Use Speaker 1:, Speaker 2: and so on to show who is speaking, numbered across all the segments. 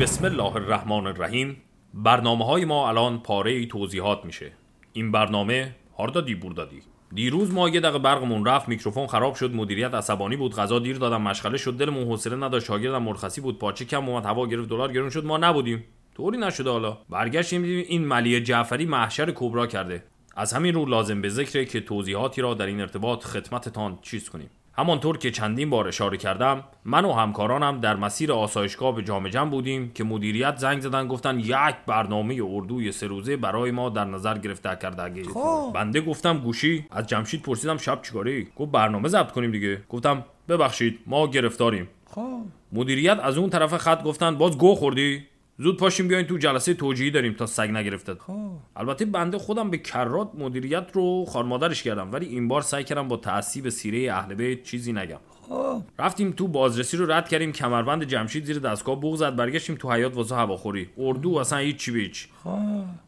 Speaker 1: بسم الله الرحمن الرحیم برنامه های ما الان پاره ای توضیحات میشه این برنامه هاردا دیبور دادی دیروز ما یه دقیقه برقمون رفت میکروفون خراب شد مدیریت عصبانی بود غذا دیر دادم مشغله شد دلمون حوصله نداشت شاگردم مرخصی بود پاچه کم اومد هوا گرفت دلار گرون شد ما نبودیم طوری نشده حالا برگشتیم دیدیم این ملیه جعفری محشر کبرا کرده از همین رو لازم به ذکره که توضیحاتی را در این ارتباط خدمتتان چیز کنیم همانطور که چندین بار اشاره کردم من و همکارانم در مسیر آسایشگاه به جامجم بودیم که مدیریت زنگ زدن گفتن یک برنامه اردوی سه روزه برای ما در نظر گرفته کرده
Speaker 2: خب.
Speaker 1: بنده گفتم گوشی از جمشید پرسیدم شب چیکاری گفت برنامه ضبط کنیم دیگه گفتم ببخشید ما گرفتاریم
Speaker 2: خب
Speaker 1: مدیریت از اون طرف خط گفتن باز گو خوردی زود پاشیم بیاین تو جلسه توجیهی داریم تا سگ نگرفتت
Speaker 2: خب
Speaker 1: البته بنده خودم به کرات مدیریت رو خارمادرش کردم ولی این بار سعی کردم با تعصیب سیره اهل بیت چیزی نگم
Speaker 2: خب
Speaker 1: رفتیم تو بازرسی رو رد کردیم کمربند جمشید زیر دستگاه بوق زد برگشتیم تو حیات واسه هواخوری اردو اصلا هیچ چی به هیچ
Speaker 2: خب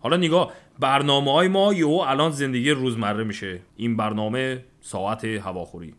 Speaker 1: حالا نگاه برنامه های ما یهو الان زندگی روزمره میشه این برنامه ساعت هواخوری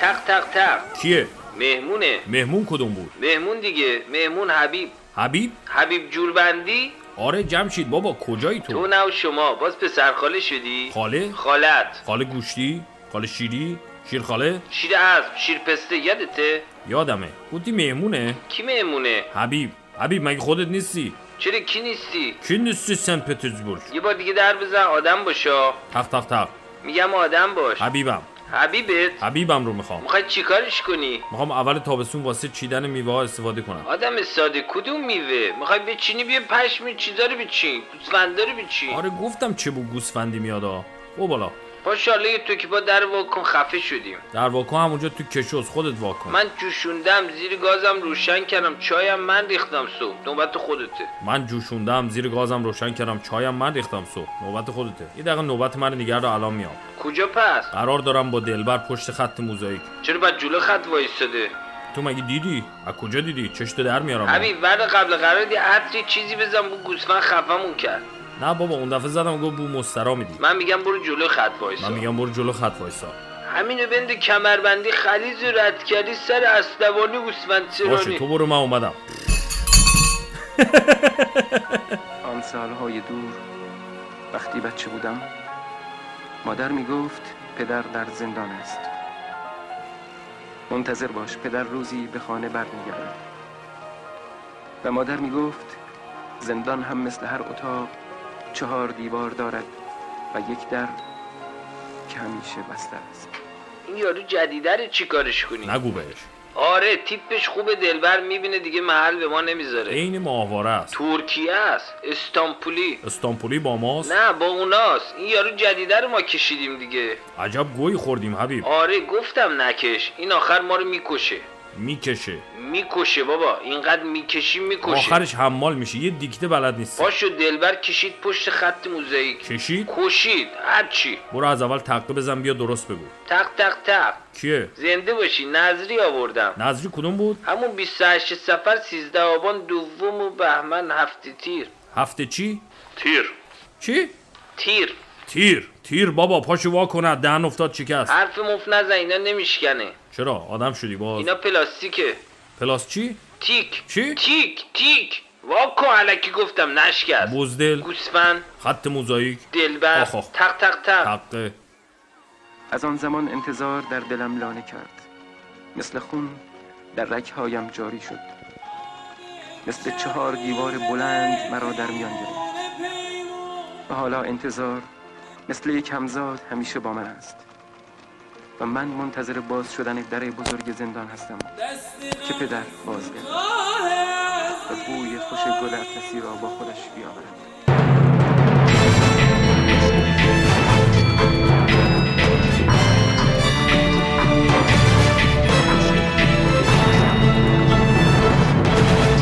Speaker 3: تق تق تق
Speaker 1: کیه
Speaker 3: مهمونه
Speaker 1: مهمون کدوم بود
Speaker 3: مهمون دیگه مهمون حبیب
Speaker 1: حبیب
Speaker 3: حبیب جوربندی
Speaker 1: آره جمشید بابا کجایی
Speaker 3: تو
Speaker 1: تو
Speaker 3: نه و شما باز پسر خاله شدی
Speaker 1: خاله
Speaker 3: خالت
Speaker 1: خاله گوشتی خاله شیری شیرخاله
Speaker 3: شیر اسب شیر پسته یادته
Speaker 1: یادمه گفتی مهمونه
Speaker 3: کی مهمونه
Speaker 1: حبیب حبیب مگه خودت نیستی
Speaker 3: چرا کی نیستی
Speaker 1: کی نیستی سن پترزبورگ
Speaker 3: یه بار دیگه در بزن آدم باشا
Speaker 1: تق تق تق
Speaker 3: میگم آدم باش
Speaker 1: حبیبم
Speaker 3: حبیبت
Speaker 1: حبیبم رو میخوام
Speaker 3: میخوای چیکارش کنی
Speaker 1: میخوام اول تابستون واسه چیدن میوه ها استفاده کنم
Speaker 3: آدم ساده کدوم میوه میخوای بچینی بیا پشم چیزا رو بچین گوسفندا رو بچین
Speaker 1: آره گفتم چه بو گوسفندی میاد خب آ. او بالا
Speaker 3: پاشا حالا یه تو که با در واکن خفه شدیم
Speaker 1: در واکن همونجا تو کشوز خودت واکن
Speaker 3: من جوشوندم زیر گازم روشن کردم چایم من ریختم صبح نوبت خودته
Speaker 1: من جوشوندم زیر گازم روشن کردم چایم من ریختم صبح نوبت خودته یه دقیقه نوبت من نگر رو الان میام
Speaker 3: کجا پس
Speaker 1: قرار دارم با دلبر پشت خط موزاییک
Speaker 3: چرا بعد جلو خط وایستاده
Speaker 1: تو مگه دیدی از کجا دیدی چشتو در میارم من.
Speaker 3: همین بعد قبل قراردی عطری چیزی بزن بو گوسفند خفمون کرد
Speaker 1: نه بابا اون دفعه زدم گفت بو مسترا میدی
Speaker 3: من میگم برو جلو خط
Speaker 1: من
Speaker 3: وایسا
Speaker 1: میگم برو جلو خط وایسا
Speaker 3: همینو بند کمربندی خلیز رو رد کردی سر اسلوانی گوسفند
Speaker 1: باشه
Speaker 3: سرانی
Speaker 1: تو برو من اومدم
Speaker 4: آن سالهای دور وقتی بچه بودم مادر می گفت پدر در زندان است منتظر باش پدر روزی به خانه برمیگردد و مادر می گفت زندان هم مثل هر اتاق چهار دیوار دارد و یک در که همیشه بسته است
Speaker 3: این یارو جدیده رو چی کارش کنی
Speaker 1: نگو بهش
Speaker 3: آره تیپش خوبه دلبر میبینه دیگه محل به ما نمیذاره
Speaker 1: عین ماهواره است
Speaker 3: ترکیه است استانبولی
Speaker 1: استانبولی با ماست
Speaker 3: نه با اوناست این یارو جدیده رو ما کشیدیم دیگه
Speaker 1: عجب گوی خوردیم حبیب
Speaker 3: آره گفتم نکش این آخر ما رو میکشه
Speaker 1: میکشه
Speaker 3: میکشه بابا اینقدر میکشی میکشه
Speaker 1: آخرش حمال میشه یه دیکته بلد نیست
Speaker 3: پاشو دلبر کشید پشت خط موزاییک
Speaker 1: کشید
Speaker 3: کشید هرچی
Speaker 1: برو از اول تقه بزن بیا درست بگو
Speaker 3: تق تق تق
Speaker 1: کیه
Speaker 3: زنده باشی نظری آوردم
Speaker 1: نظری کدوم بود
Speaker 3: همون 28 سفر 13 آبان دوم و بهمن هفته تیر
Speaker 1: هفته چی
Speaker 3: تیر
Speaker 1: چی
Speaker 3: تیر
Speaker 1: تیر تیر بابا پاشو وا کنه دهن افتاد شکست
Speaker 3: حرف مفت نزن اینا نمیشکنه
Speaker 1: چرا آدم شدی باز
Speaker 3: اینا پلاستیکه
Speaker 1: پلاس چی
Speaker 3: تیک
Speaker 1: چی؟
Speaker 3: تیک تیک واکو علکی گفتم نشکست
Speaker 1: بزدل
Speaker 3: گوسفند
Speaker 1: خط موزاییک
Speaker 3: دلبر
Speaker 1: آخ، آخ.
Speaker 3: تق تق تق
Speaker 1: تقه
Speaker 4: از آن زمان انتظار در دلم لانه کرد مثل خون در رکهایم جاری شد مثل چهار دیوار بلند مرا در میان گرفت و حالا انتظار مثل یک همزاد همیشه با من است و من منتظر باز شدن در بزرگ زندان هستم که پدر بازگرد و بوی خوش گل اطلسی را با خودش بیاورد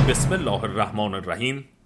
Speaker 1: بسم الله الرحمن الرحیم